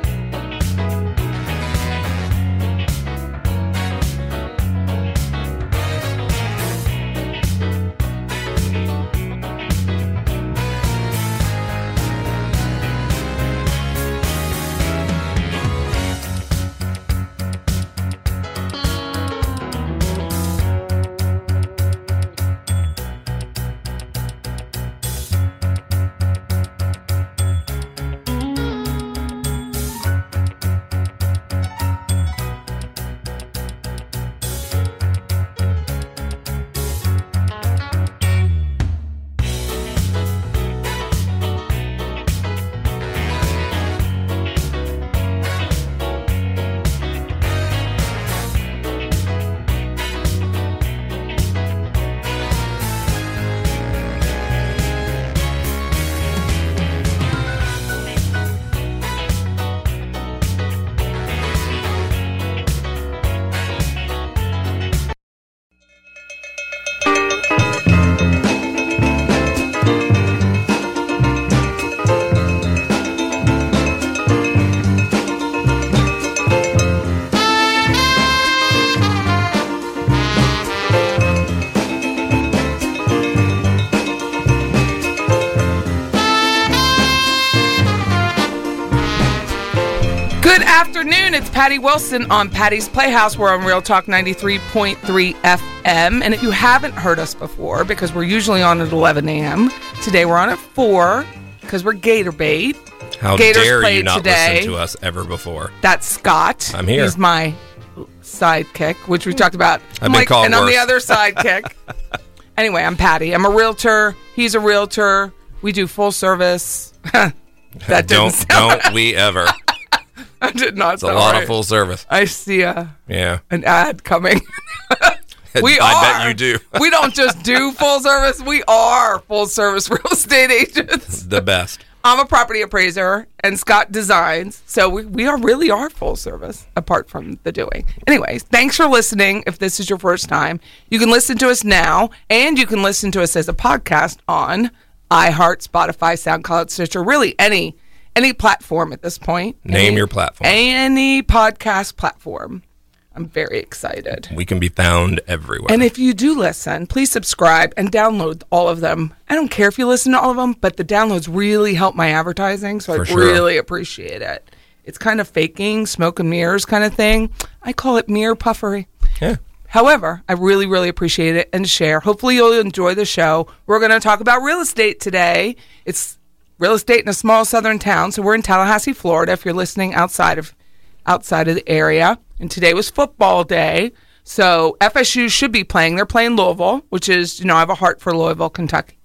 Good afternoon. It's Patty Wilson on Patty's Playhouse. We're on Real Talk 93.3 FM. And if you haven't heard us before, because we're usually on at 11 a.m., today we're on at 4 because we're Gator Bait. How Gators dare you played not today. listen to us ever before? That's Scott. I'm here. He's my sidekick, which we talked about. I've been Mike, called and I'm the worse. other sidekick. anyway, I'm Patty. I'm a realtor. He's a realtor. We do full service. that didn't don't sound, don't we ever? It's I did not. a lot right. of full service. I see a, Yeah, an ad coming. We I are. bet you do we don't just do full service, we are full service real estate agents. the best. I'm a property appraiser and Scott designs. So we, we are really are full service apart from the doing. Anyways, thanks for listening. If this is your first time, you can listen to us now and you can listen to us as a podcast on iHeart, Spotify, SoundCloud, Stitcher, really any any platform at this point. Name Any- your platform. Any podcast platform. I'm very excited. We can be found everywhere. And if you do listen, please subscribe and download all of them. I don't care if you listen to all of them, but the downloads really help my advertising, so I For sure. really appreciate it. It's kind of faking, smoke and mirrors kind of thing. I call it mirror puffery. yeah, However, I really, really appreciate it and share. Hopefully, you'll enjoy the show. We're going to talk about real estate today. It's real estate in a small southern town, so we're in Tallahassee, Florida. If you're listening outside of outside of the area, and today was football day, so FSU should be playing. They're playing Louisville, which is you know I have a heart for Louisville, Kentucky,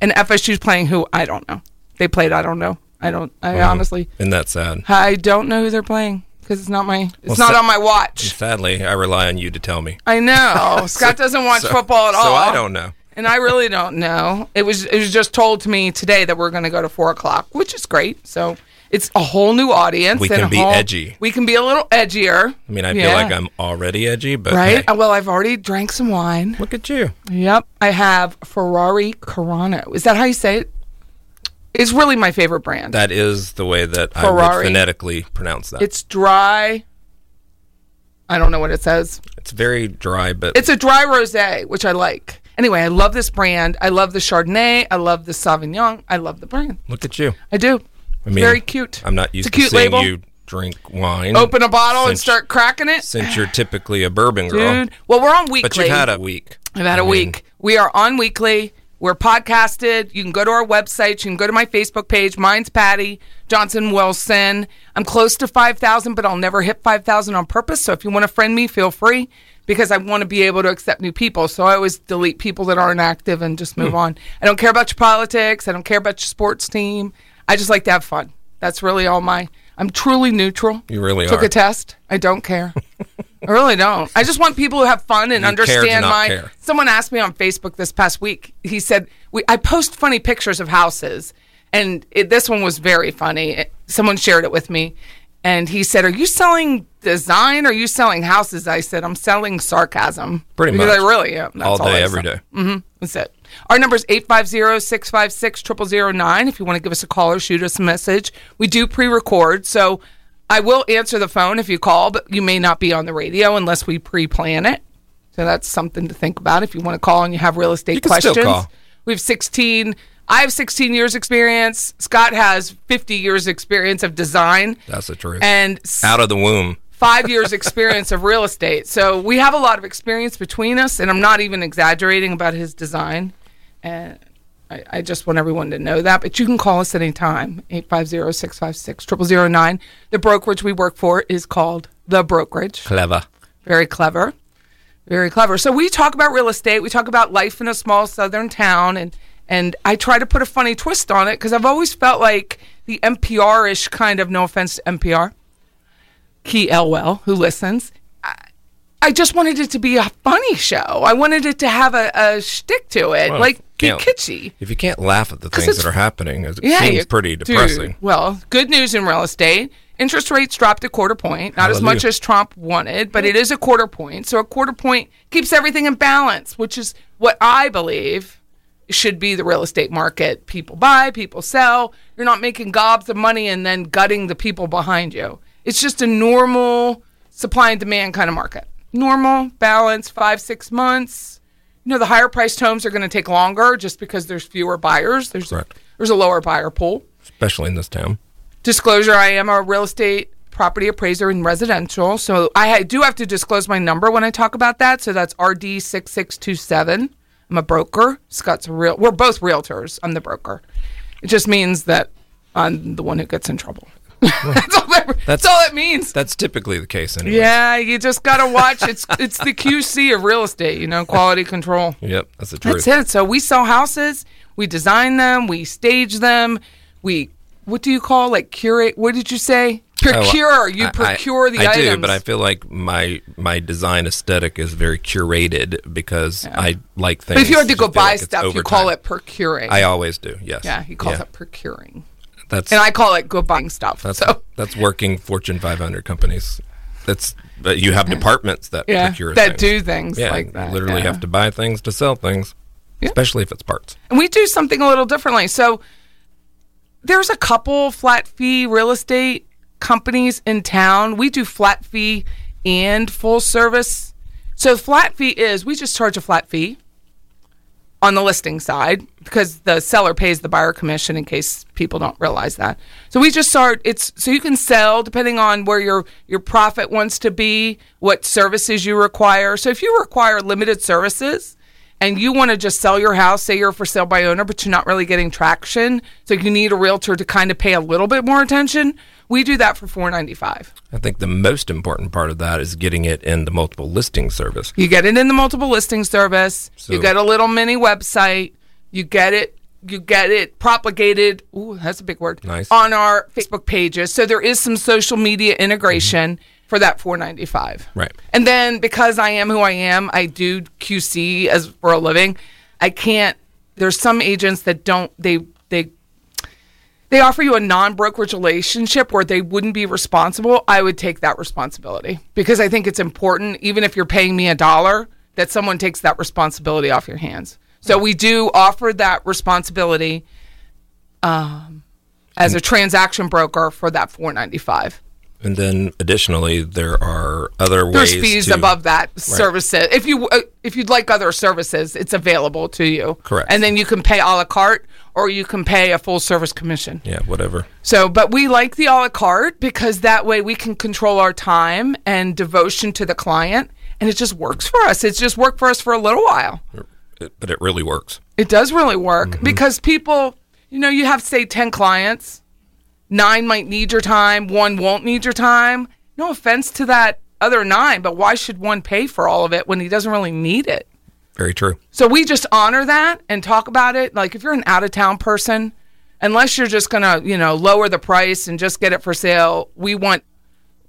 and FSU's playing who I don't know. They played I don't know. I don't. I Uh-huh. honestly, and that's sad. I don't know who they're playing because it's not my. It's Well, not so- on my watch. Sadly, I rely on you to tell me. I know. Scott doesn't watch So- football at all. So I don't know. And I really don't know. It was it was just told to me today that we're going to go to four o'clock, which is great. So it's a whole new audience. We and can a be whole- edgy. We can be a little edgier. I mean, I feel like I'm already edgy, but right. hey, Uh, Well, I've already drank some wine. look at you. Yep, I have Ferrari Corano. Is that how you say it? It's really my favorite brand. That is the way that I Ferrari. would phonetically pronounce that. It's, it's dry. I don't know what it says. very dry, but It's a dry rosé, which I like. Anyway, I love this brand. I love the Chardonnay. I love the Sauvignon. I love the brand. look at you. I do. I mean, Very cute. I'm not It's used a to cute seeing label. you drink wine. Open a bottle and Cinch- start cracking it, since you're typically a bourbon girl. dude. Well, we're on weekly. But you've had a week. I've had a I mean, week. We are on weekly. We're podcasted. You can go to our website. You can go to my Facebook page. Mine's Patty Johnson Wilson. I'm close to 5,000, but I'll never hit 5,000 on purpose. So if you want to friend me, feel free because I want to be able to accept new people. So I always delete people that aren't active and just Hmm. move on. I don't care about your politics. I don't care about your sports team. I just like to have fun. That's really all my. I'm truly neutral. You really Took are. a test. I don't care. I really don't. I just want people who have fun and You care to understand not my. care. Someone asked me on Facebook this past week. He said, we, I post funny pictures of houses. And it, this one was very funny. It- someone shared it with me. And he said, Are you selling design or are you selling houses? I said, I'm selling sarcasm. Pretty because I much. really am. That's Mm-hmm. all day, I every sell. day. That's it. Our number is 850-656-0009 if you want to give us a call or shoot us a message. We do pre-record, so I will answer the phone if you call, but you may not be on the radio unless we pre-plan it. So that's something to think about if you want to call and you have real estate You can still questions. call. We have 16 I have 16 years experience. Scott has 50 years experience of design. That's the truth. And Out of the womb. five years experience of real estate. So we have a lot of experience between us, and I'm not even exaggerating about his design. And I, I just want everyone to know that. But you can call us anytime, 850-656-0009. The brokerage we work for is called The Brokerage. Clever. Very clever. Very clever. So we talk about real estate. We talk about life in a small southern town and and I try to put a funny twist on it because I've always felt like the NPR-ish kind of no offense to NPR, Key Elwell, who listens. I, I just wanted it to be a funny show. I wanted it to have a, a shtick to it, Well, like if be you can't- kitschy. If you can't laugh at the things it's- that are happening, it Yeah, seems you- pretty dude, depressing. well, good news in real estate. Interest rates dropped a quarter point, not as Hallelujah. much as Trump wanted, but it is a quarter point. So a quarter point keeps everything in balance, which is what I believe should be the real estate market. People buy, people sell. You're not making gobs of money and then gutting the people behind you. It's just a normal supply and demand kind of market. Normal balance, five, six months. You know, the higher priced homes are going to take longer just because there's fewer buyers. There's Correct. there's a lower buyer pool. Especially in this town. Disclosure I am a real estate property appraiser in residential. So I ha- do have to disclose my number when I talk about that. So that's RD6627. I'm a broker. Scott's a real. We're both realtors. I'm the broker. It just means that I'm the one who gets in trouble. that's, all that, that's, all it means. That's typically the case anyway. yeah, you just got to watch. It's it's the QC of real estate, you know, quality control. Yep, that's the truth. That's it. So we sell houses, we design them, we stage them, we what do you call like curate? What did you say? Oh, Procure. you I- I- procure the I items. do, but I feel like my my design aesthetic is very curated because I like things. But if you had to just go feel buy like it's stuff, you call overtime. it procuring. I always do. Yes. yeah, he calls it procuring, That's and I call it go buying stuff. that's so that's working Fortune 500 companies. That's but you have departments that yeah, procure that things. do things yeah, like you that. literally yeah. have to buy things to sell things, especially if it's parts. and we do something a little differently. So there's a couple flat fee real estate companies in town. We do flat fee and full service. So flat fee is we just charge a flat fee on the listing side because the seller pays the buyer commission in case people don't realize that. So we just start it's so you can sell depending on where your your profit wants to be, what services you require. So if you require limited services and you want to just sell your house, say you're for sale by owner but you're not really getting traction, so you need a realtor to kind of pay a little bit more attention, we do that for 495. I think the most important part of that is getting it in the multiple listing service. You get it in the multiple listing service. So- you get a little mini website. You get it. You get it propagated. Ooh, that's a big word. Nice. On our Facebook pages, so there is some social media integration for that 495. Right. And then because I am who I am, I do QC as for a living. I can't. There's some agents that don't. They they they offer you a non-brokerage relationship where they wouldn't be responsible, I would take that responsibility because I think it's important, even if you're paying me a dollar, that someone takes that responsibility off your hands. So we do offer that responsibility um, as a transaction broker for that 495. And then additionally, there are other There's ways. fees to- above that services. If you uh, if you'd like other services, it's available to you. Correct. And then you can pay a la carte or you can pay a full service commission. Yeah, whatever. So, but we like the a la carte because that way we can control our time and devotion to the client. And it just works for us. It's just worked for us for a little while. but it really works. It does really work because people, you know, you have say 10 clients, nine might need your time, one won't need your time. No offense to that other nine, but why should one pay for all of it when he doesn't really need it? Very true. So we just honor that and talk about it. Like if you're an out of town person, unless you're just going to, you know, lower the price and just get it for sale, we want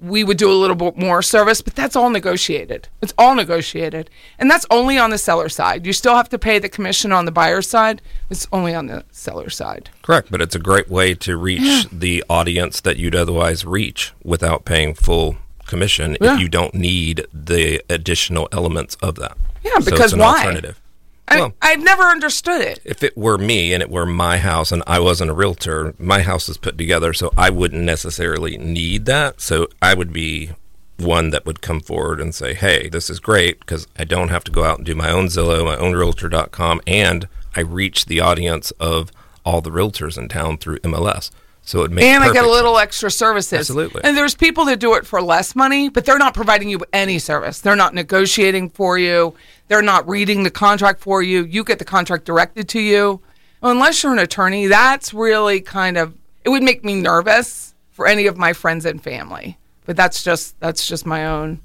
we would do a little bit more service, but that's all negotiated. It's all negotiated. And that's only on the seller side. You still have to pay the commission on the buyer side. It's only on the seller side. Correct, but it's a great way to reach the audience that you'd otherwise reach without paying full commission Yeah. if you don't need the additional elements of that. Yeah, so because it's an why? alternative. I, Well- I've never understood it. If it were me and it were my house and I wasn't a realtor, my house is put together, so I wouldn't necessarily need that. So I would be one that would come forward and say, "Hey, this is great because I don't have to go out and do my own Zillow, my own Realtor.com, and I reach the audience of all the realtors in town through MLS." So it makes And I get a perfect little sense. extra services. Absolutely. And there's people that do it for less money, but they're not providing you any service. They're not negotiating for you. They're not reading the contract for you. You get the contract directed to you. Unless you're an attorney, that's really kind of it would make me nervous for any of my friends and family. But that's just that's just my own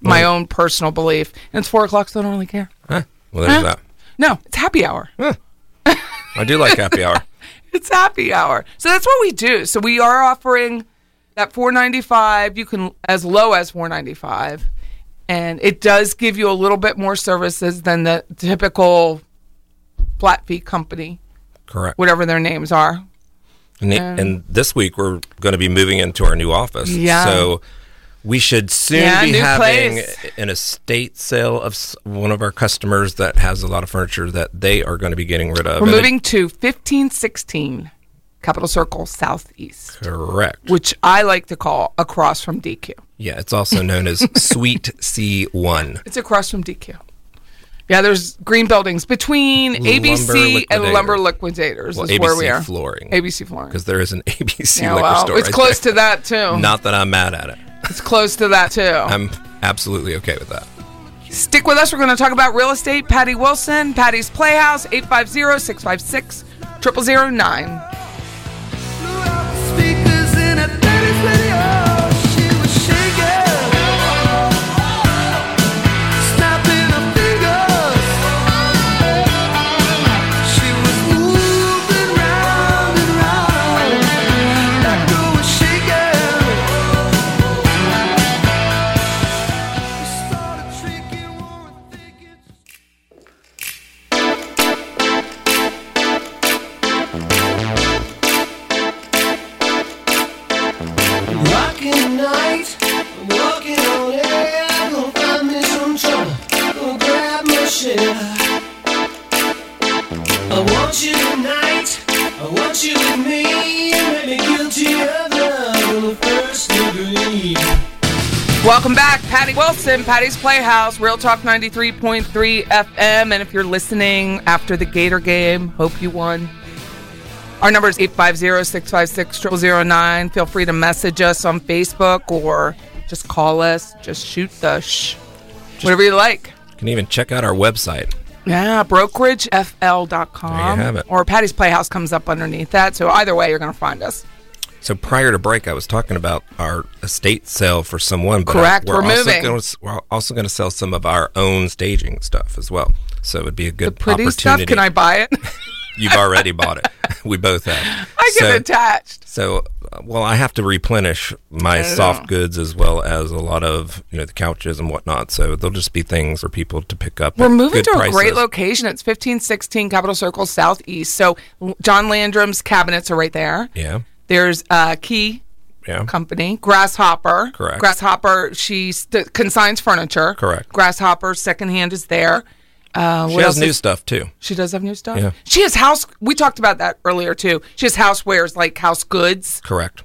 my own personal belief. And it's four o'clock, so I don't really care. Huh? Well, there's that. No, it's happy hour. I do like happy hour. it's happy hour. So that's what we do. So we are offering that 495 you can as low as 495 and it does give you a little bit more services than the typical flat fee company Correct. whatever their names are And, the- Oh. and this week we're going to be moving into our new office. Yeah. So we should soon Yeah, be new having place. an estate sale of s- one of our customers that has a lot of furniture that they are going to be getting rid of. we're And it- moving to 1516 capital circle southeast correct. which i like to call across from dq yeah, it's also known as Suite C1. It's across from DQ. Yeah, there's green buildings between Lumber ABC and Liquidators. Lumber Liquidators Well, is where ABC we are. Flooring. ABC flooring. Because there is an ABC Yeah, liquor well, store. it's right close there. to that too. Not that I'm mad at it. It's close to that too. I'm absolutely okay with that. Stick with us. We're going to talk about real estate. Patty Wilson, Patty's Playhouse, 850 656 0009. Speakers in a 30s video, she was shaking, snapping her fingers. She was moving round and round, that girl was shaking. Rockin' night, I'm walking on air. Gonna find me some trouble. Gonna grab my share. I want you tonight. I want you with me. Maybe guilty of love in the first degree. Welcome back, Patty Wilson, Patty's Playhouse, Real Talk 93.3 FM. And if you're listening after the Gator game, hope you won. Our number is 850 656 0009. Feel free to message us on Facebook or just call us. Just shoot the sh. Whatever you like. You can even check out our website. Yeah, brokeragefl.com. There you have it. Or Patty's Playhouse comes up underneath that. So either way, you're going to find us. So prior to break, I was talking about our estate sale for someone. But Correct, We're, we're also moving. Gonna, s- we're also going to sell some of our own staging stuff as well. So it would be a good Pretty opportunity. stuff. Can I buy it? You've already bought it. we both have. I get so, attached. So, uh, well, I have to replenish my soft goods as well as a lot of you know the couches and whatnot. So there'll just be things for people to pick up. We're at moving good to a prices. great location. It's 1516 Capital Circle Southeast. So L- John Landrum's cabinets are right there. Yeah, There's uh, Key yeah. Company, Grasshopper. Correct. Grasshopper, she st- consigns furniture. Correct. Grasshopper, secondhand is there. Uh, she what has else new is- stuff too. She does have new stuff. Yeah. She has house. We talked about that earlier too. She has housewares like house goods, Correct.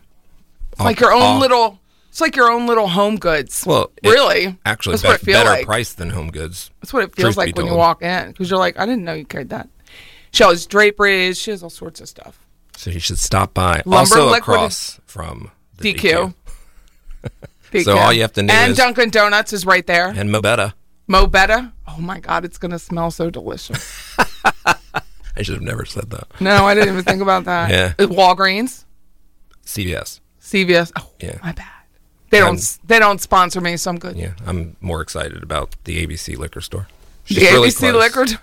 like your own All- little. It's like your own little home goods. Oh. Well, it- really, actually, that's be- what it feels better like. price than home goods. That's what it feels truth be like when you told. walk in because you're like, I didn't know you carried that. She has draperies. She has all sorts of stuff. So you should stop by. Lumber also Liquid- across from the DQ. So all you have to do and is- Dunkin' Donuts is right there. and Mobetta. Mo Betta. Oh my God, it's going to smell so delicious. I should have never said that. No, I didn't even think about that. Yeah. Uh, Walgreens, CVS. CVS. Oh, Yeah. my bad. They I'm- don't. s They don't sponsor me, so I'm good. Yeah, I'm more excited about the ABC liquor store. The She's really ABC close. Liquor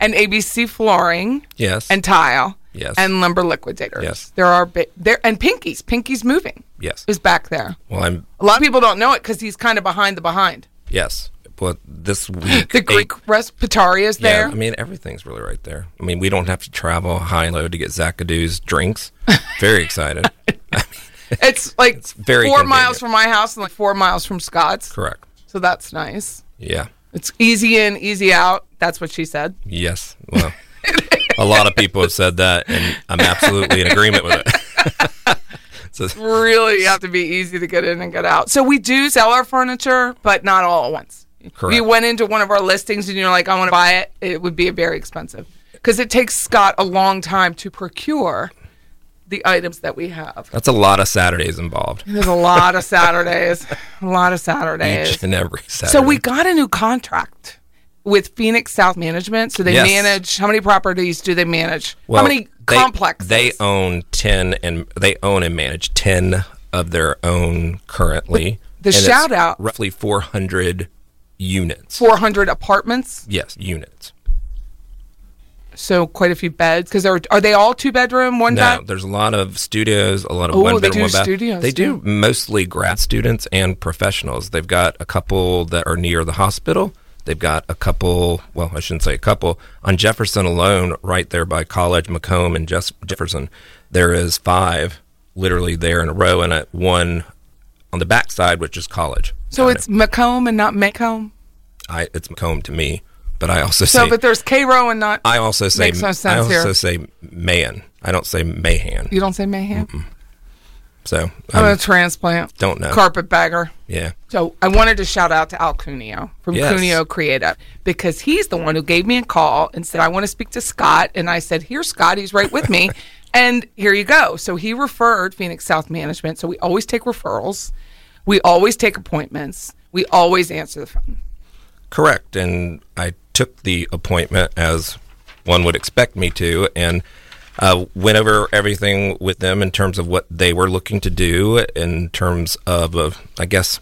and ABC Flooring Yes. and Tile. Yes. And Lumber Liquidators. Yes. There are big there and Pinky's. Pinky's moving. yes. Is back there. Well, I'm A lot of people don't know it because he's kind of behind the behind. yes. But this week The a- Greek rest Patari is Yeah, there. I mean everything's really right there. I mean we don't have to travel high and low to get Zacadoo's drinks. Very excited. it's like very four convenient. miles from my house and like four miles from Scott's. Correct. So that's nice. Yeah. It's easy in, easy out. That's what she said. Yes. Well, a lot of people have said that, and I'm absolutely in agreement with it. so, Really have to be easy to get in and get out. So we do sell our furniture, but not all at once. Correct. If you went into one of our listings and you're like, I want to buy it, it would be very expensive. Because it takes Scott a long time to procure the items that we have. that's a lot of Saturdays involved. There's a lot of Saturdays. A lot of Saturdays. Each and every Saturday. So we got a new contract with Phoenix South Management. So they Yes. manage how many properties do they manage? Well, how many they- complexes? They own ten, and they own and manage ten of their own currently. The and it's shout out- roughly four hundred units. 400 apartments, Yes, units. so quite a few beds. Because are are they all two bedroom, one No, bed? there's a lot of studios, a lot of Oh, one they bedroom, do one bath. studios, they do mostly grad students and professionals. They've got a couple that are near the hospital. They've got a couple, well, I shouldn't say a couple, on Jefferson alone, right there by College, Macomb, and Jess- Jefferson. There is five literally there in a row, and at one on the backside, which is College. So I it's Macomb and not Macomb. know. I, it's Macomb to me, but I also So, say but there's Cairo and not. I also say Makes no I sense also here. say Mahan. I don't say Mahan. you don't say Mayhem. So I'm a I transplant. don't know. Carpetbagger. yeah. So I wanted to shout out to Al Cuneo from Yes. Cuneo Creative because he's the one who gave me a call and said, I want to speak to Scott. And I said, Here's Scott. He's right with me. and here you go. So he referred Phoenix South Management. So we always take referrals, we always take appointments, we always answer the phone. Correct. And I took the appointment as one would expect me to and uh, went over everything with them in terms of what they were looking to do, in terms of, uh, I guess,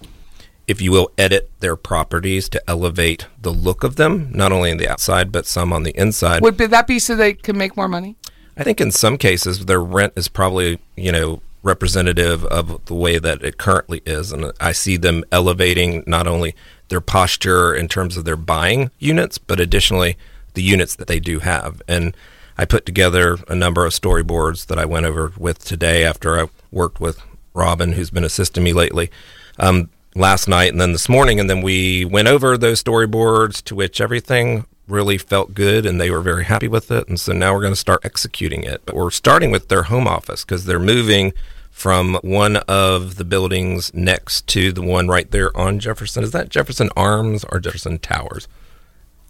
if you will, edit their properties to elevate the look of them, not only on the outside, but some on the inside. Would be- that be so they can make more money? I think in some cases their rent is probably you know representative of the way that it currently is, and I see them elevating not only their posture in terms of their buying units, but additionally the units that they do have. And I put together a number of storyboards that I went over with today after I worked with Robin, who's been assisting me lately. Um, last night and then this morning and then we went over those storyboards to which everything really felt good and they were very happy with it. And so now we're going to start executing it. But we're starting with their home office because they're moving from one of the buildings next to the one right there on Jefferson. Is that Jefferson Arms or Jefferson Towers?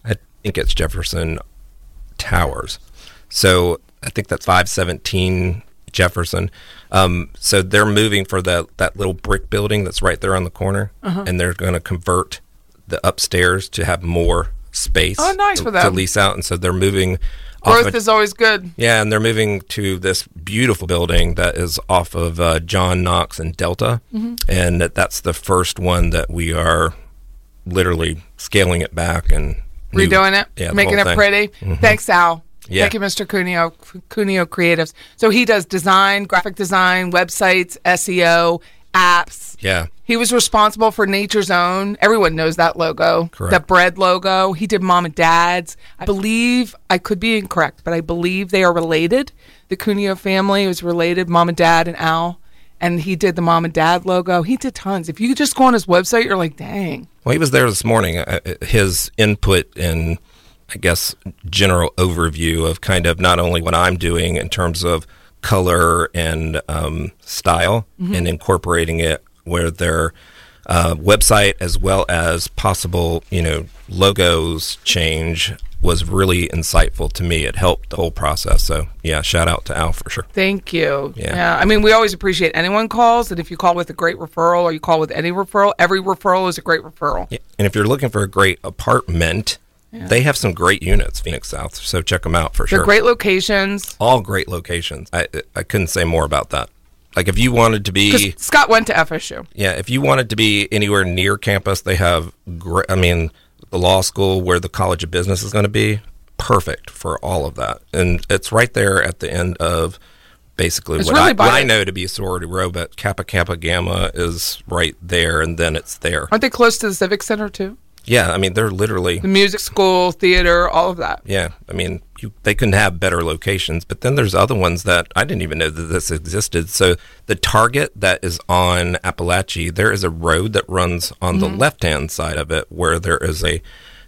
I think it's Jefferson Towers. So I think that's 517 Jefferson. Um, so they're moving for that, that little brick building that's right there on the corner, Uh-huh. and they're going to convert the upstairs to have more space. Oh, nice to, for to them. lease out. And so they're moving. off Growth of- is always good. yeah, and they're moving to this beautiful building that is off of uh, John Knox and Delta, Mm-hmm. and that that's the first one that we are literally scaling it back and new- redoing it, yeah, the making whole it thing. Mm-hmm. pretty. Thanks, Al. Yeah. Thank you, Mr. Cuneo, Cuneo Creatives. So he does design, graphic design, websites, SEO, apps. Yeah, He was responsible for Nature's Own. Everyone knows that logo, Correct. that bread logo. He did Mom and Dad's. I believe, I could be incorrect, but I believe they are related. The Cuneo family is related, Mom and Dad and Al. And he did the Mom and Dad logo. He did tons. If you just go on his website, you're like, dang. Well, he was there this morning. Uh, uh, His input and, I guess, general overview of kind of not only what I'm doing in terms of color and um, style Mm-hmm. and incorporating it where their uh, website as well as possible, you know, logos change was really insightful to me. It helped the whole process. So yeah, shout out to Al for sure. Thank you. Yeah. I mean, we always appreciate anyone calls, and if you call with a great referral or you call with any referral, every referral is a great referral. Yeah. And if you're looking for a great apartment, they have some great units, Phoenix South. So check them out for They're sure. great locations. All great locations. I I couldn't say more about that. Like if you wanted to be 'Cause Scott went to FSU. Yeah, if you wanted to be anywhere near campus, they have. Gr- I mean, the law school where the College of Business is going to be perfect for all of that, and it's right there at the end of basically It's what, really I, by what I the- know to be sorority row. But Kappa Kappa Gamma is right there, and then it's there. Aren't they close to the Civic Center too? Yeah, I mean, they're literally. The music school, theater, all of that. Yeah, I mean, you, they couldn't have better locations. But then there's other ones that I didn't even know that this existed. So the Target that is on Appalachie, there is a road that runs on the left hand side of it where there is a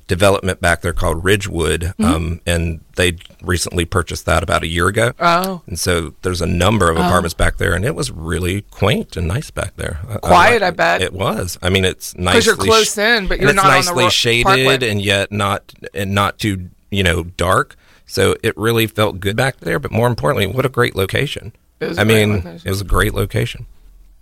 development back there called Ridgewood, um, and they recently purchased that about a year ago. Oh. and so there's a number of apartments back there, and it was really quaint and nice back there. I- Quiet, liked I it. bet. it was. I mean, it's nice you're close in, but you're it's not on the nicely ro- shaded parkway. and yet not and not too you know dark. So it really felt good back there. But more importantly, what a great location! It was a I great mean, location. it was a great location.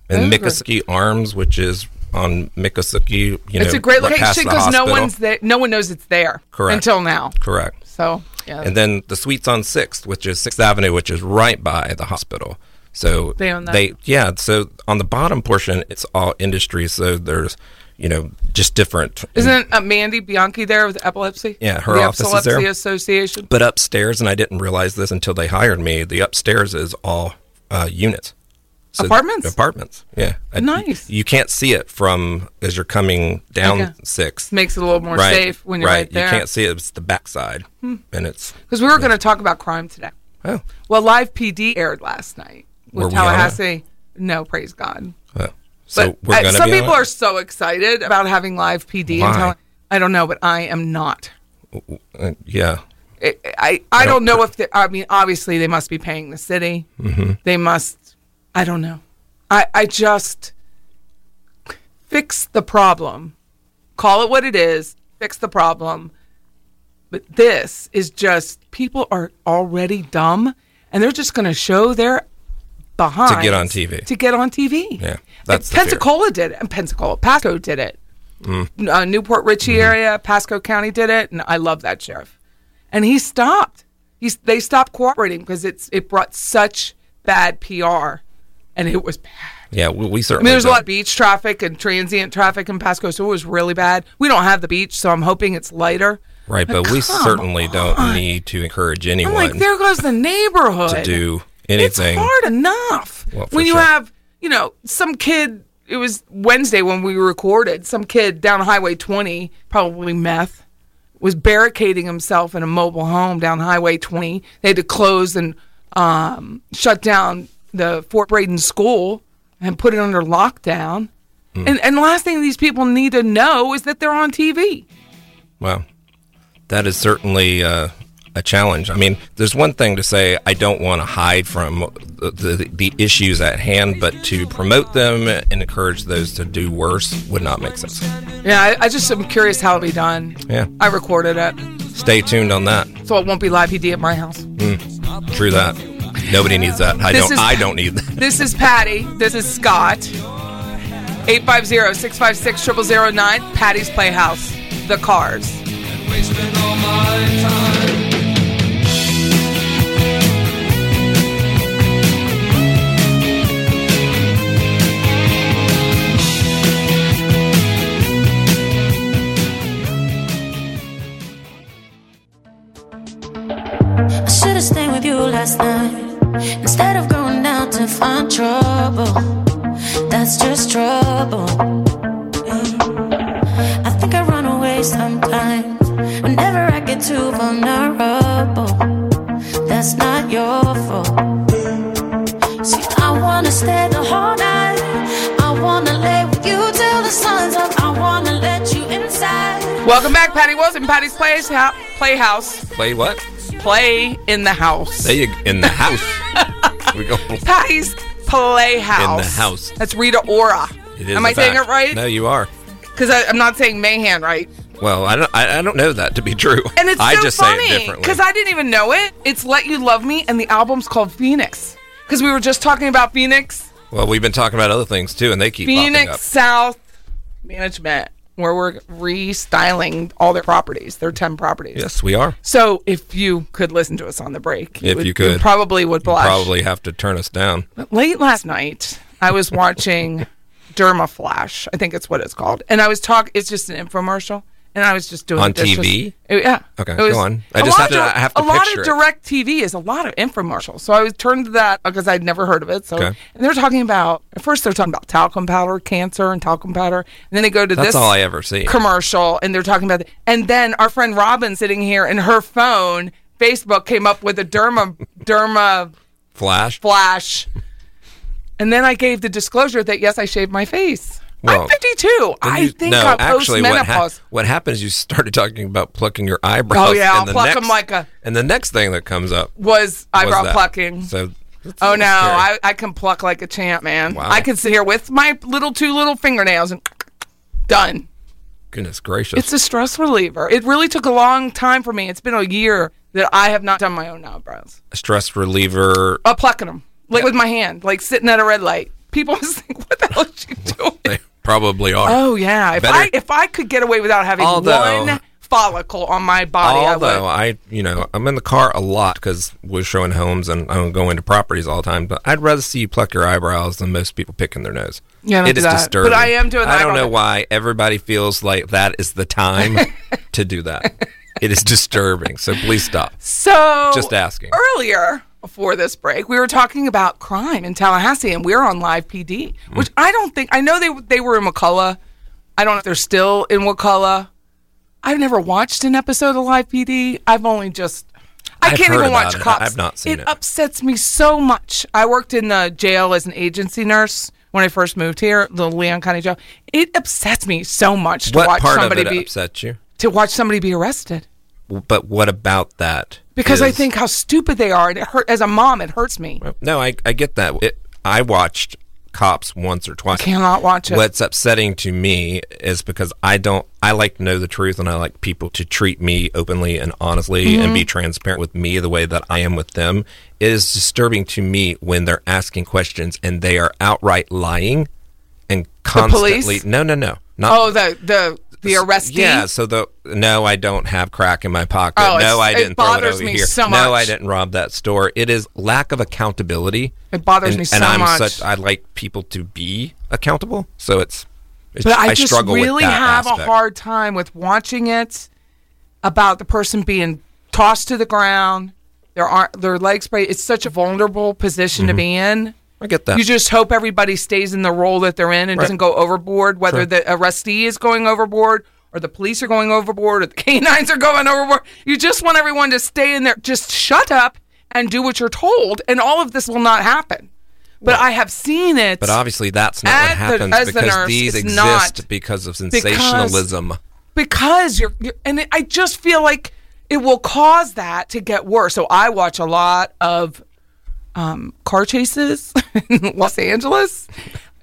And It was Miccosukee Arms, which is on Miccosukee, you know, it's a great right past location the because no hospital. one's there, no one knows it's there Correct. until now. correct. So yeah, And then the suites on Sixth, which is Sixth Avenue, which is right by the hospital. So They own that. yeah. So on the bottom portion, it's all industry. So there's, you know, just different. isn't uh, Mandy Bianchi there with epilepsy? Yeah, her the office is there. Epilepsy Association. but upstairs, and I didn't realize this until they hired me. The upstairs is all uh, units, So- Apartments? apartments. Yeah, I- Nice. You can't see it from as you're coming down Okay. Sixth. Makes it a little more safe when you're right, there. Hmm. You can't see it. It's the backside, and it's Because we were going to talk about crime today. oh, Well, Live PD aired last night with Were we on it? Tallahassee. No, praise God. well, so But we're I- gonna some be on people it? are so excited about having Live PD. Why? And Talla- I don't know, but I am not. Uh, yeah. I, I, I don't know if they, I mean, obviously they must be paying the city. Mm-hmm. They must, I don't know. I, I just fix the problem, call it what it is, fix the problem. But this is just people are already dumb and they're just going to show their behind To get on TV. To get on TV. Yeah, that's the Like fear. Mm. Pensacola did it, and Pensacola, Pasco did it. Uh, Newport Richey Mm-hmm. area, Pasco County did it, and I love that sheriff. And he stopped. He's, they stopped cooperating because it's it brought such bad PR, and it was bad. Yeah, we, we I certainly. mean, there's a lot don't- of beach traffic and transient traffic in Pasco, so it was really bad. We don't have the beach, so I'm hoping it's lighter. Right, but we certainly don't need to encourage I'm anyone like, there goes the neighborhood. to do It's anything. hard enough Well, for when you sure. have, you know, some kid. It was Wednesday when we recorded. Some kid down Highway 20, probably meth, was barricading himself in a mobile home down Highway 20. They had to close and um, shut down the Fort Braden school and put it under lockdown. Hmm. And and the last thing these people need to know is that they're on TV. Wow. That is certainly uh, a challenge. I mean, there's one thing to say I don't want to hide from the, the, the issues at hand, but to promote them and encourage those to do worse would not make sense. Yeah, I, I just am curious how it'll be done. Yeah. I recorded it, Stay tuned on that. so it won't be live PD at my house. True that. Nobody needs that. I This don't. is- I don't need that. This is Patty. This is Scott. 850 656 0009, Patty's Playhouse, The Cars. Wasting all my time. I should have stayed with you last night instead of going out to find trouble. That's just trouble. I think I run away sometimes whenever I get too vulnerable. That's not your fault. See, I wanna stay the whole night. I wanna lay with you till the sun's up. I wanna let you inside. Welcome back, Patty Wilson, Patty's Plays Ho- Playhouse. Play what? Play in the house. There you in the house. we go. Patty's Playhouse. In the house. That's Rita Ora. It is Am a I saying fact. it right? No, you are. Because I'm not saying Mayhan right. Well, I don't. I, I don't know that to be true. And it's I so just funny say it differently. because I didn't even know it. It's "Let You Love Me," and the album's called Phoenix. Because we were just talking about Phoenix, well, we've been talking about other things too, and they keep popping Phoenix up. South Management, where we're restyling all their properties, their ten properties. Yes, we are. So if you could listen to us on the break, If would- you could. probably would blush. Probably have to turn us down. late last night i was watching derma flash i think it's what it's called and i was talk it's just an infomercial and i was just doing On the dishes. TV? It- yeah Okay, It go on. I a just lot have of to- I have to a lot picture of it. direct tv is a lot of infomercials so i was turned to that because i'd never heard of it so Okay. and they're talking about at first they're talking about talcum powder cancer and talcum powder and then they go to That's this all I ever see. commercial and they're talking about it. and then our friend robin sitting here and her phone facebook came up with a derma derma Flash. flash. And then I gave the disclosure that yes, I shaved my face. Well, I'm 52. Then I you- think no, I'm actually, what, hap- post-menopause. what happens? You started talking about plucking your eyebrows. Oh, yeah, and I'll the pluck 'em next- like a- And the next thing that comes up was was eyebrow that. plucking. So, that's a oh little no, scary. I, I can pluck like a champ, man. Wow. I can sit here with my little two little fingernails and done. goodness gracious! It's a stress reliever. It really took a long time for me. It's been a year that I have not done my own eyebrows. stress reliever. Uh, plucking them like with my hand, like sitting at a red light. People was like, "What the hell is she doing?" They probably are. Oh yeah, if Better- I if I could get away without having Although- one follicle on my body, Although I would. I, you know, I'm in the car a lot because we're showing homes and I'm going to properties all the time. But I'd rather see you pluck your eyebrows than most people picking their nose. Yeah, I don't it do is that. disturbing. But I am doing the I don't eyebrow know thing. why everybody feels like that is the time to do that. It is disturbing. So please stop. So Just asking. earlier before this break, we were talking about crime in Tallahassee, and we are on live PD, which I don't think I know they they were in McCullough. I don't know if they're still in McCullough. I've never watched an episode of Live PD. I've only just. I I've can't heard even about watch it. cops. I've not seen it. upsets me so much. I worked in the jail as an agency nurse when I first moved here, the Leon County Jail. It upsets me so much to What watch part of somebody it be upset you? to watch somebody be arrested But what about that? because I is- think how stupid they are. And it hurt as a mom. It hurts me. no, I I get that. It, I watched Cops once or twice. Cannot watch it. What's upsetting to me is because I don't. I like to know the truth, and I like people to treat me openly and honestly, Mm-hmm. and be transparent with me the way that I am with them. It is disturbing to me when they're asking questions and they are outright lying and police? constantly. No, no, no. Not Oh, the the the arrestee. Yeah, so the no, I don't have crack in my pocket. Oh, it's- no, I it didn't throw it bothers over me here. so No, I much. didn't rob that store. It is lack of accountability. It bothers and, me so and I'm much. Such, I like people to be accountable, so it's. it's But I, I just struggle with really that have a aspect. hard time with watching it about the person being tossed to the ground. Their ar- their legs spray. It's such a vulnerable position Mm-hmm. to be in. I get that. You just hope everybody stays in the role that they're in and doesn't go overboard. Whether Sure. the arrestee is going overboard, or the police are going overboard, or the canines are going overboard. You just want everyone to stay in there. Just shut up and do what you're told, and all of this will not happen. But I have seen it. But obviously, that's not As what the- happens as the because nurse, these it's exist not. because of sensationalism. because you're, you're and it, I just feel like it will cause that to get worse. So I watch a lot of um, car chases in Los Angeles.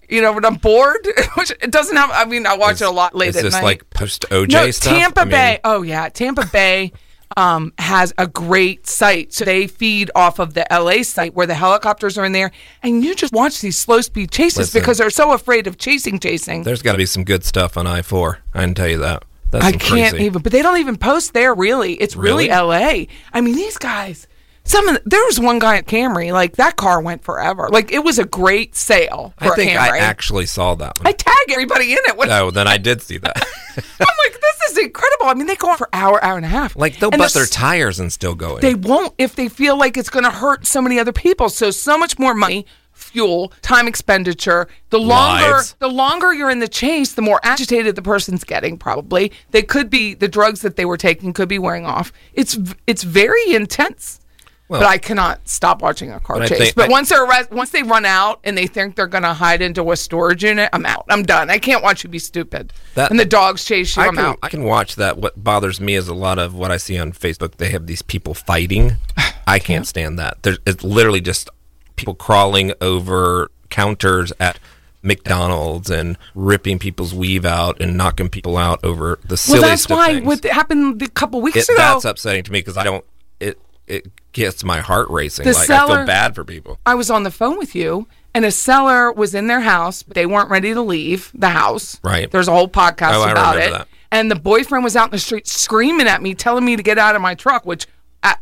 You know, when I'm bored, which it doesn't have. I mean, I watch it a lot late it's at just night. like post OJ no, stuff. Tampa I mean, Bay. Oh yeah, Tampa Bay um, has a great site. So they feed off of the LA site where the helicopters are in there, and you just watch these slow speed chases Listen. because they're so afraid of chasing, chasing. There's got to be some good stuff on I four. I can tell you that. That's I some can't crazy. even. But they don't even post there. Really, it's really, Really? L.A. I mean, these guys. Some of the, there was one guy at Camry. Like that car went forever. Like it was a great sale for I think a I Camry. actually saw that one. I tag everybody in it. When, Oh, then I did see that. I'm like, this is incredible. I mean, they go on for hour, hour and a half. Like they'll And butt they're their tires and still go in. they won't if they feel like it's going to hurt so many other people. So so much more money, fuel, time expenditure. The longer Lives. the longer you're in the chase, the more agitated the person's getting. Probably they could be the drugs that they were taking could be wearing off. It's v- it's very intense. but I cannot stop watching a car But I chase. think- but I- once they're arrest, once they run out and they think they're going to hide into a storage unit, I'm out. I'm done. I can't watch you be stupid. That- and the dogs chase you. I I'm can, out. I can watch that. What bothers me is a lot of what I see on Facebook. They have these people fighting. I can't stand that. There's, it's literally just people crawling over counters at McDonald's and ripping people's weave out and knocking people out over the Well, silliest that's of why things. what happened a couple weeks it, ago. that's upsetting to me because I don't. It it gets my heart racing. The like I seller- feel bad for people. I was on the phone with you, and a seller was in their house, but they weren't ready to leave the house. Right. There's a whole podcast Oh, I about remember it. that. And the boyfriend was out in the street screaming at me, telling me to get out of my truck, which I,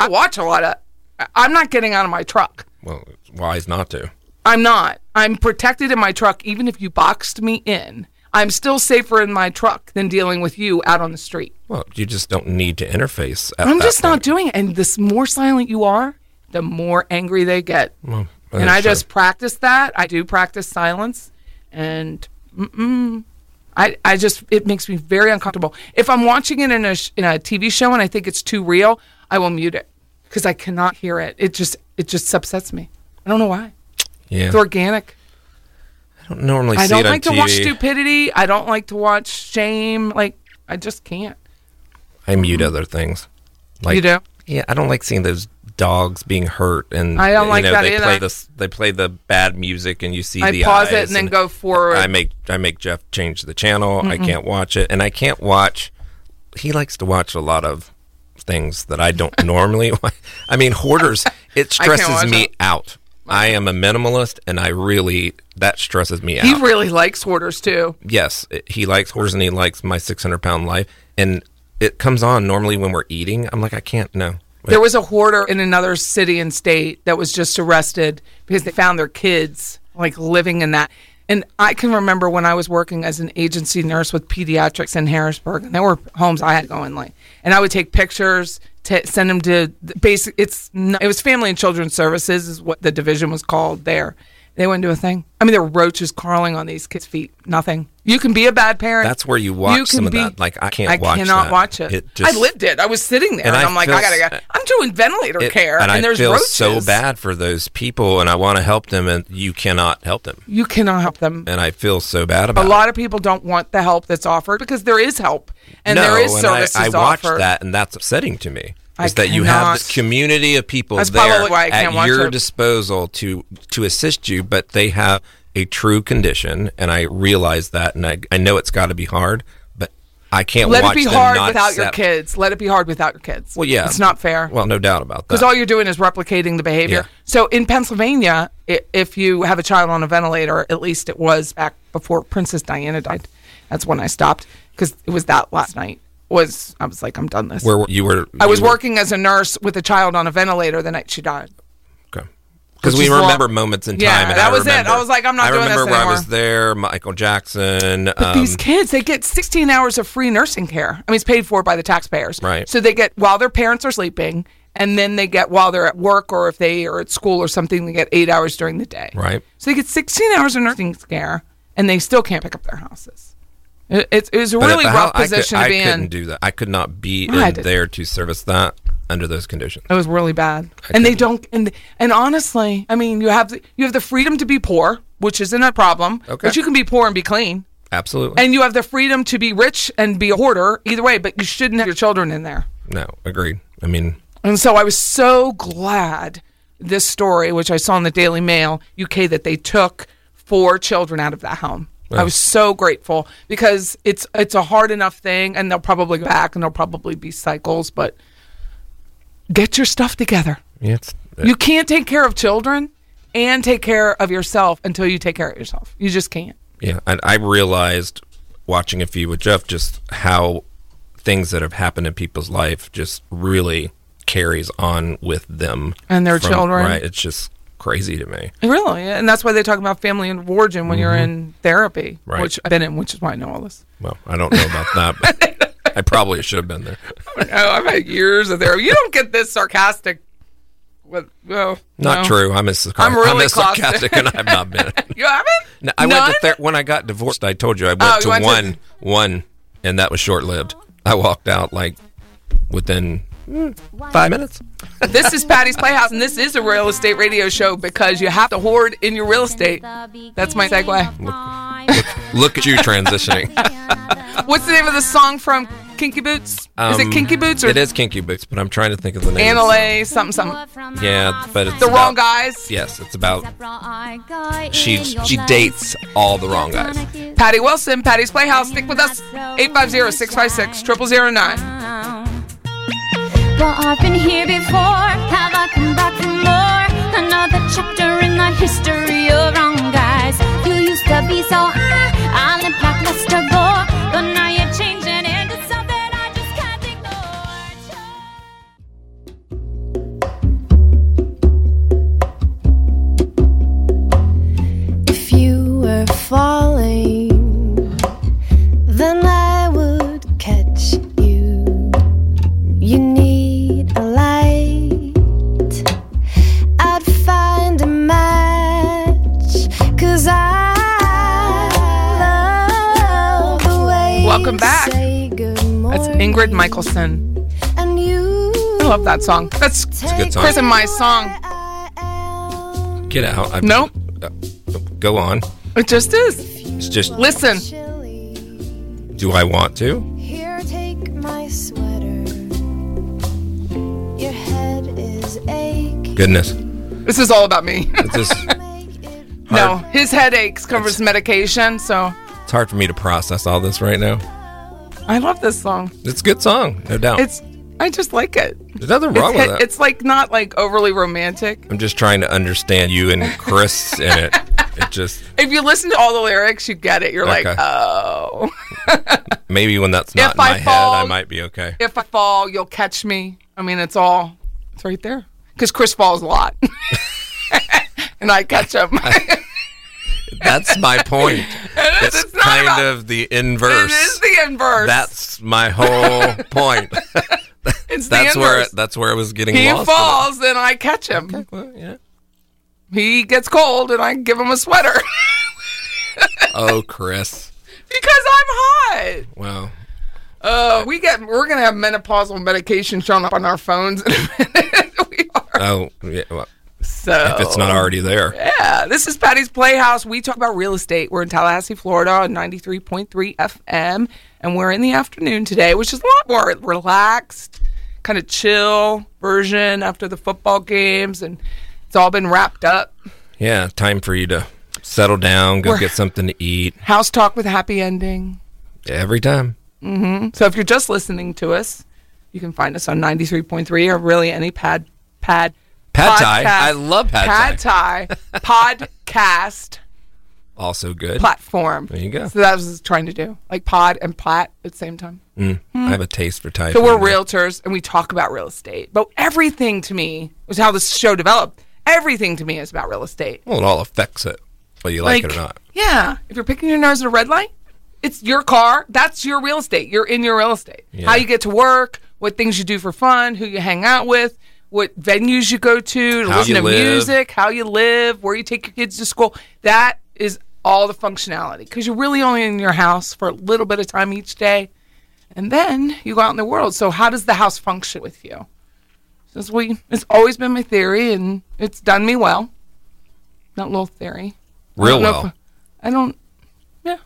I watch a lot of. I- I'm not getting out of my truck. Well, it's wise not to. I'm not. I'm protected in my truck, even if you boxed me in. I'm still safer in my truck than dealing with you out on the street. Well, you just don't need to interface. At I'm that just not point. doing it. And the more silent you are, the more angry they get. Well, and I sure. just practice that. I do practice silence, and mm-mm, I I just it makes me very uncomfortable. If I'm watching it in a sh- in a TV show and I think it's too real, I will mute it because I cannot hear it. It just it just upsets me. I don't know why. yeah. It's organic. I don't normally I see don't it on like to watch TV. stupidity. I don't like to watch shame. Like I just can't. I mute other things. Like You do? Yeah, I don't like seeing those dogs being hurt, and I don't you like know, that they either. play this. They play the bad music, and you see I the pause it eyes and then go forward. I make I make Jeff change the channel. I Mm-hmm. can't watch it, and I can't watch. He likes to watch a lot of things that I don't normally. wa- I mean, hoarders. It I can't stresses watch me it. out. I am a minimalist, and I really that stresses me out He really likes hoarders too. yes, it- he likes horses and he likes my 600 pound life. And it comes on normally when we're eating. I'm like, I can't, no. There was a hoarder in another city and state that was just arrested because they found their kids like living in that. And I can remember when I was working as an agency nurse with pediatrics in Harrisburg, and there were homes I had to go in like, and I would take pictures, t- send them to the basic. It's n it was Family and Children's Services is what the division was called there. They wouldn't do a thing. I mean, there were roaches crawling on these kids' feet. Nothing. You can be a bad parent. That's where you watch can some of that. Like, I can't I watch cannot that. watch it. It just- I lived it. I was sitting there, and, And I I'm like, feel I gotta go. s- I'm doing ventilator It- care, and, and, I there's feel roaches. so bad for those people, and I want to help them, and you cannot help them. You cannot help them. And I feel so bad A about lot of people don't want the help that's offered because there is help, it. and there is and I- services I, watched offered. that, and that's upsetting to me. I Is that you have this cannot- community of people That's there probably why I can't at watch your it. disposal to to assist you, but they have a true condition, and I realize that, and I, I know it's got to be hard, but I can't Let it watch be them hard not without your accept- kids. Let it be hard without your kids. Well, yeah, it's not fair. Well, no doubt about that. because all you're doing is replicating the behavior. Yeah. So in Pennsylvania, i- if you have a child on a ventilator, at least it was back before Princess Diana died. That's when I stopped because it was that last night. Was I was like, I'm done this. where you were, I you was were- working as a nurse with a child on a ventilator the night she died. Okay. Because Which we is long- remember moments in time. Yeah, and that I was it. remember- I was like, I'm not I doing this remember where I was anymore. there. Michael Jackson. um, But these kids, they get 16 hours of free nursing care. I mean, it's paid for by the taxpayers. Right. So they get while their parents are sleeping, and then they get while they're at work or if they are at school or something, they get eight hours during the day. Right. So they get 16 hours of nursing care, and they still can't pick up their houses. It, it's it was a But really at the rough hou- I could- position I to be couldn't in. do that. I could not be No, I in didn't. there to service that under those conditions. It was really bad, and they couldn't. don't. And and honestly, I mean, you have the, you have the freedom to be poor, which isn't a problem. Okay. But you can be poor and be clean. Absolutely. and you have the freedom to be rich and be a hoarder either way but you shouldn't have your children in there no, agreed. I mean, and so i was so glad this story which i saw in the daily mail uk that they took four children out of that home i was so grateful because it's it's a hard enough thing and they'll probably go back and there'll probably be cycles but get your stuff together yeah, it's uh, you can't take care of children and take care of yourself until you take care of yourself you just can't yeah. And I realized watching a few with Jeff just how things that have happened in people's life just really carries on with them And their children. Right. It's just crazy to me. Really, and that's why they talk about family of origin when you're in therapy, Right. which I've been in, which is why I know all this. Well, I don't know about that, but I probably should have been there. Oh, I've had years of therapy. You don't get this sarcastic. With, well, Not no. true. I'm a, sarca- I'm really a claustro- sarcastic and I've not been. You haven't? No, I None? went to ther- when I got divorced. I told you I went Oh, you to went to- one, one, and that was short lived. I walked out like within mm, five minutes. this is Patty's Playhouse, and this is a real estate radio show because you have to hoard in your real estate. That's my segue. Look at you transitioning. What's the name of the song from Kinky Boots? is it Kinky Boots or Um, It is Kinky Boots, but I'm trying to think of the name. Anale something something? Yeah, but it's The about- wrong guys. Yes, it's about she she dates all the wrong guys. Patty Wilson, Patty's Playhouse. Stick with us. 850-656-0009. Well, I've been here before. Have I come back for more? Another chapter in the history of wrong guys. You used to be so high on the blockbuster gore, but now you're changing into something I just can't ignore. If you were falling, then I would catch you. You need a light. I'd find a match. Cause I love the way Welcome you back. say good That's morning. Ingrid Michaelson. And you I love that song. That's It's a good Chris and song. my song. I am Get out. I, Nope. Uh, go on. It just is. It's just. Listen. chilly. Do I want to? Here, take my sweater. Your head is aching. Goodness. This is all about me. It's just. Make it no, hard- his headaches come from his medication, so It's hard for me to process all this right now. I love this song. It's a good song, no doubt. It's I just like it. There's nothing wrong it's, with hit- that. it's like not like overly romantic. I'm just trying to understand you and Chris in it. It just If you listen to all the lyrics, you get it. You're Okay. like, oh, maybe when that's not If in my I fall- head, I might be okay. if I fall, you'll catch me. I mean, it's all it's right there. Because Chris falls a lot, and I catch him. That's my point. It's- It's, it's not kind about- of the it inverse. is the inverse. That's my whole point. it's the that's inverse. where that's where I was getting he lost. falls, and I catch him. Well, yeah. He gets cold, and I give him a sweater Oh, Chris. because I'm hot. Wow. Uh, we get we're gonna have menopausal medication showing up on our phones in a minute. we are Oh, yeah. Well, so. if it's not already there. Yeah, this is Patty's Playhouse. We talk about real estate. We're in Tallahassee, Florida on 93.3 FM, and we're in the afternoon today, which is a lot more relaxed, kind of chill version after the football games, and it's all been wrapped up. Yeah, time for you to settle down, go We're- get something to eat. House talk with a happy ending. Every time. So if you're just listening to us, you can find us on 93.3 or really any pad pad Pad Thai. I love Pad Thai. Pad Thai podcast Also good. platform. There you go. So that was what I was trying to do. Like pod and plat at the same time. I have a taste for Thai. So we're food. realtors and we talk about real estate. But everything to me was how this show developed. Everything to me is about real estate. Well, it all affects it, whether you like, it or not. Yeah. If you're picking your nose at a red light, it's your car. That's your real estate. You're in your real estate. How you get to work, what things you do for fun, who you hang out with, what venues you go to, to How listen you to live. music, how you live, where you take your kids to school. That is all the functionality because you're really only in your house for a little bit of time each day. And then you go out in the world. So, how does the house function with you? That's what you- it's always been my theory, and it's done me well. Not little theory. Real I don't know well. if- I don't. Yeah,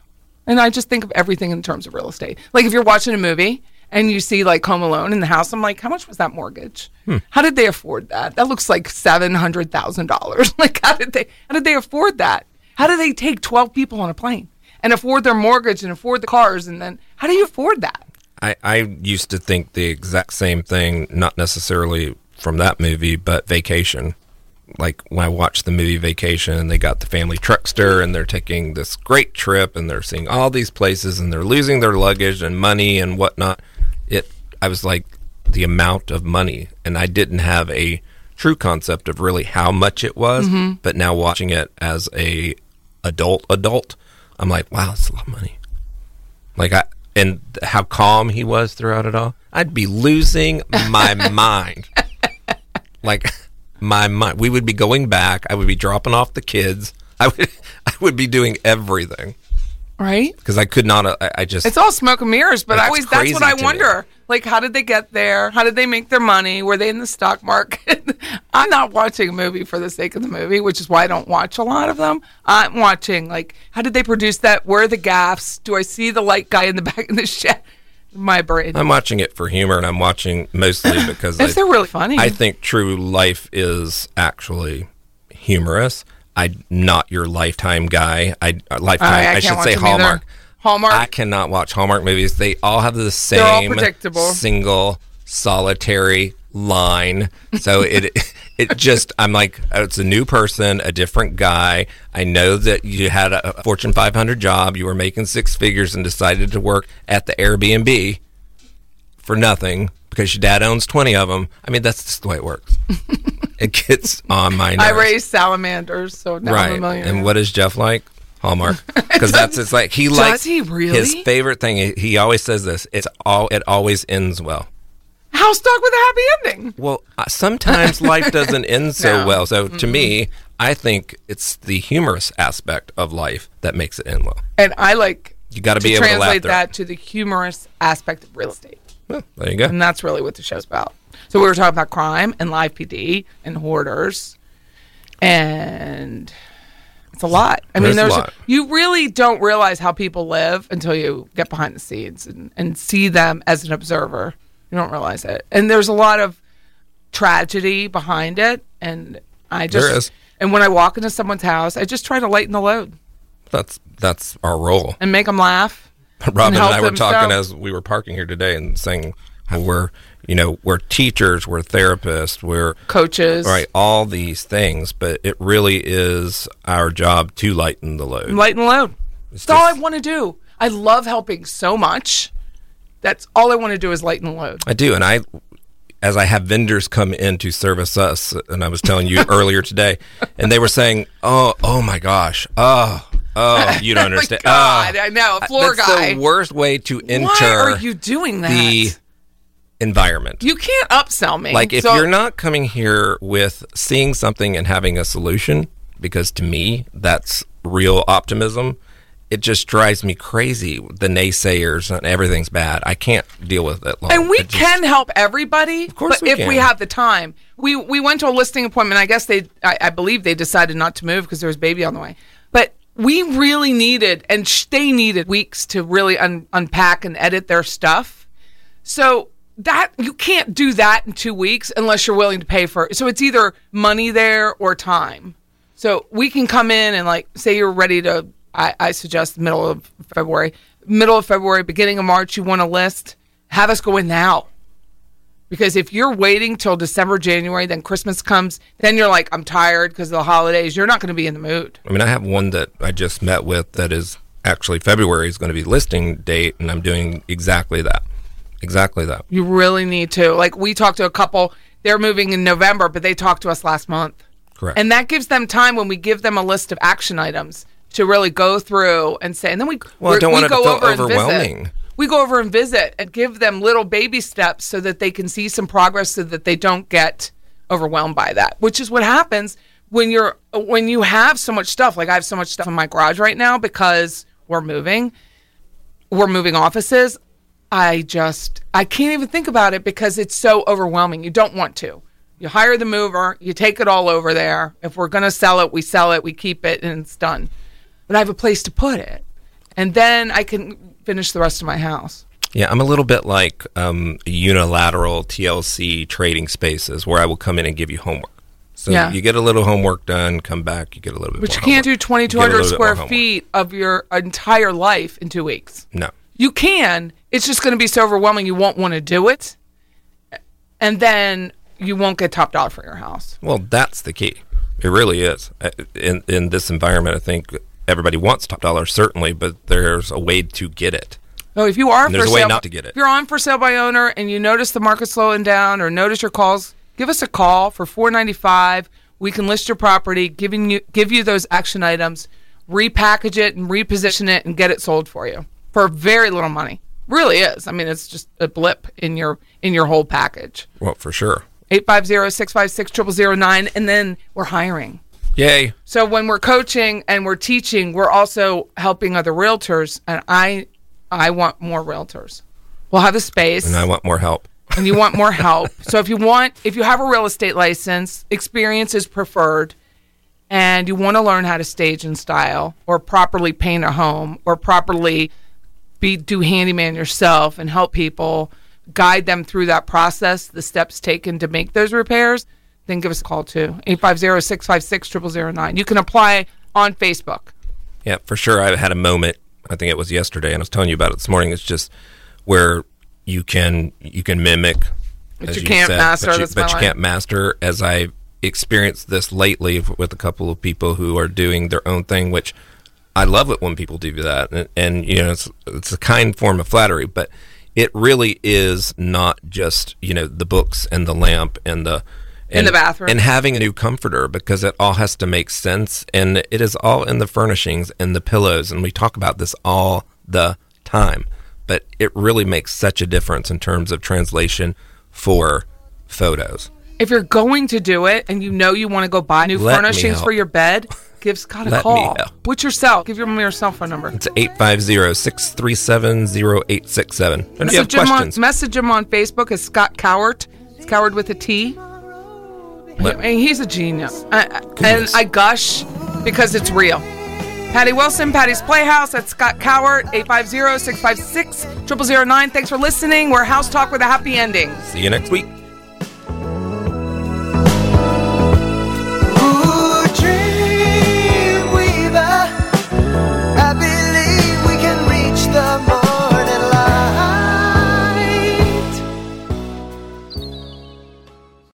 and I just think of everything in terms of real estate. Like if you're watching a movie and you see like Home Alone in the house, I'm like, how much was that mortgage? How did they afford that? That looks like seven hundred thousand dollars. Like how did they? How did they afford that? How do they take twelve people on a plane and afford their mortgage and afford the cars? And then how do you afford that? I, I used to think the exact same thing, not necessarily from that movie, but Vacation. Like when I watched the movie Vacation, they got the family truckster and they're taking this great trip and they're seeing all these places and they're losing their luggage and money and whatnot. It, I was like, the amount of money, and I didn't have a true concept of really how much it was. But now watching it as a adult, adult, I'm like, wow, it's a lot of money like I and how calm he was throughout it all. I'd be losing my mind. Like my mind, we would be going back. I would be dropping off the kids. I would, I would be doing everything Right? because I could not. uh, I, I just It's all smoke and mirrors, but I That's always that's what crazy I to me. wonder. Like, how did they get there? How did they make their money? Were they in the stock market? I'm not watching a movie for the sake of the movie, which is why I don't watch a lot of them. I'm watching like, how did they produce that? Where are the gaffs? Do I see the light guy in the back of the shed? my brain. I'm watching it for humor, and I'm watching mostly because if I- they're really funny, I think true life is actually humorous. I not your lifetime guy. I uh, lifetime. I I, can't should watch say them either. Hallmark. Hallmark. I cannot watch Hallmark movies. They all have the same all predictable. single solitary line. So it it just I'm like oh, it's a new person, a different guy. I know that you had a Fortune 500 job, you were making six figures and decided to work at the Airbnb for nothing because your dad owns 20 of them. I mean, that's just the way it works. it gets on my nerves. I raised salamanders, so now I'm a Right. millionaire. And what is Jeff like? Hallmark. Because that's it's like he Does likes he really? his favorite thing. He- He always says this. It's all it always ends well. House dog with a happy ending. Well, uh, sometimes life doesn't end so No. well. So to me, I think it's the humorous aspect of life that makes it end well. And I like You got to be able to laugh translate through. that it. to the humorous aspect of real estate. Well, there you go. And that's really what the show's about. So we were talking about crime and live PD and hoarders. And it's a lot. I mean, There's a there's lot. you really don't realize how people live until you get behind the scenes and, and see them as an observer. You don't realize it. And there's a lot of tragedy behind it. And I just There is. and when I walk into someone's house, I just try to lighten the load That's that's our role. and make them laugh. Robin and, help I were them talking sell. as we were parking here today and saying how we're, you know, we're teachers, we're therapists, we're Coaches, right, all these things, but it really is our job to lighten the load. lighten the load. That's all I just- want to do. I love helping so much. That's all I want to do is lighten the load. I do, and I, as I have vendors come in to service us, and I was telling you earlier today, and they were saying, "Oh, oh my gosh, oh, oh, you don't understand." oh." God, I know, a floor That's guy. the worst way to enter. Why are you doing that? the environment? you can't upsell me. Like if So- you're not coming here with seeing something and having a solution, because to me that's real optimism. It just drives me crazy. The naysayers and everything's bad. I can't deal with it. Long. and we It just- can help everybody, of course but we if we can. have the time, we we went to a listing appointment. I guess they, I, I believe they decided not to move because there was baby on the way. But we really needed, and sh- they needed weeks to really un- unpack and edit their stuff. So that you can't do that in two weeks unless you're willing to pay for it. So it's either money there or time. So we can come in and like say you're ready to. I, I suggest the middle of February, middle of February, beginning of March. You want a list? Have us go in now, because if you're waiting till December, January, then Christmas comes. Then you're like, I'm tired because of the holidays. You're not going to be in the mood. I mean, I have one that I just met with that is actually February is going to be listing date, and I'm doing exactly that. Exactly that. You really need to. Like we talked to a couple. They're moving in November, but they talked to us last month. Correct. And that gives them time when we give them a list of action items to really go through and say, and then we Well, I we- don't we want it to go feel over and visit. overwhelming. We go over and visit and give them little baby steps so that they can see some progress, so that they don't get overwhelmed by that. Which is what happens when you're when you have so much stuff. Like I have so much stuff in my garage right now because we're moving we're moving offices, I just I can't even think about it because it's so overwhelming. You don't want to. You hire the mover, you take it all over there. If we're going to sell it, we sell it, we keep it and it's done. But I have a place to put it. And then I can finish the rest of my house. Yeah, I'm a little bit like um, unilateral TLC trading spaces where I will come in and give you homework. So Yeah. you get a little homework done, come back, you get a little bit. But more you can't do homework. You 2200 get a little bit more square homework. feet of your entire life in 2 weeks. No. You can. It's just going to be so overwhelming you won't want to do it. And then you won't get top dollar for your house. Well, that's the key. It really is. Uh, In in this environment, I think everybody wants top dollar, certainly, but there's a way to get it. No, if you are And there's for a way sale, not to get it. If you're on for sale by owner and you notice the market slowing down or notice your calls, give us a call for 495. We can list your property, giving you give you those action items, repackage it and reposition it and get it sold for you for very little money. Really is. I mean, it's just a blip in your in your whole package. Well, for sure. 850-656-0009 and then we're hiring. Yay. So when we're coaching and we're teaching, we're also helping other realtors, and I, I want more realtors. We'll have a space, And I want more help. and you want more help. So if you want, if you have a real estate license, experience is preferred, and you want to learn how to stage and style, or properly paint a home, or properly be do handyman yourself and help people guide them through that process, the steps taken to make those repairs, then give us a call too. 850-656-0009. You can apply on Facebook. Yeah, for sure. I had a moment. I think it was yesterday, and I was telling you about it this morning. It's just where you can you can mimic, But as you can't master, But you, that's but my you line. can't master. As I experienced this lately with a couple of people who are doing their own thing, which I love it when people do that, and, and you know it's it's a kind form of flattery, but it really is not just you know the books and the lamp and the and, the bathroom. and having a new comforter because it all has to make sense and it is all in the furnishings and the pillows and we talk about this all the time but it really makes such a difference in terms of translation for photos If you're going to do it and you know you want to go buy new Let me furnishings help. for your bed, give Scott a Let me call. help. What's your cell? Give your mom your cell phone number. it's 850-637-0867 and if you have Message him, on, questions message him on Facebook as Scott Cowart. It's Cowart with a T. I let- mean, he's a genius. I, I- and Goodness. I gush because it's real. Patty Wilson, Patty's Playhouse. That's Scott Cowart, 850 656 0009. Thanks for listening. We're House Talk with a happy ending. see you next week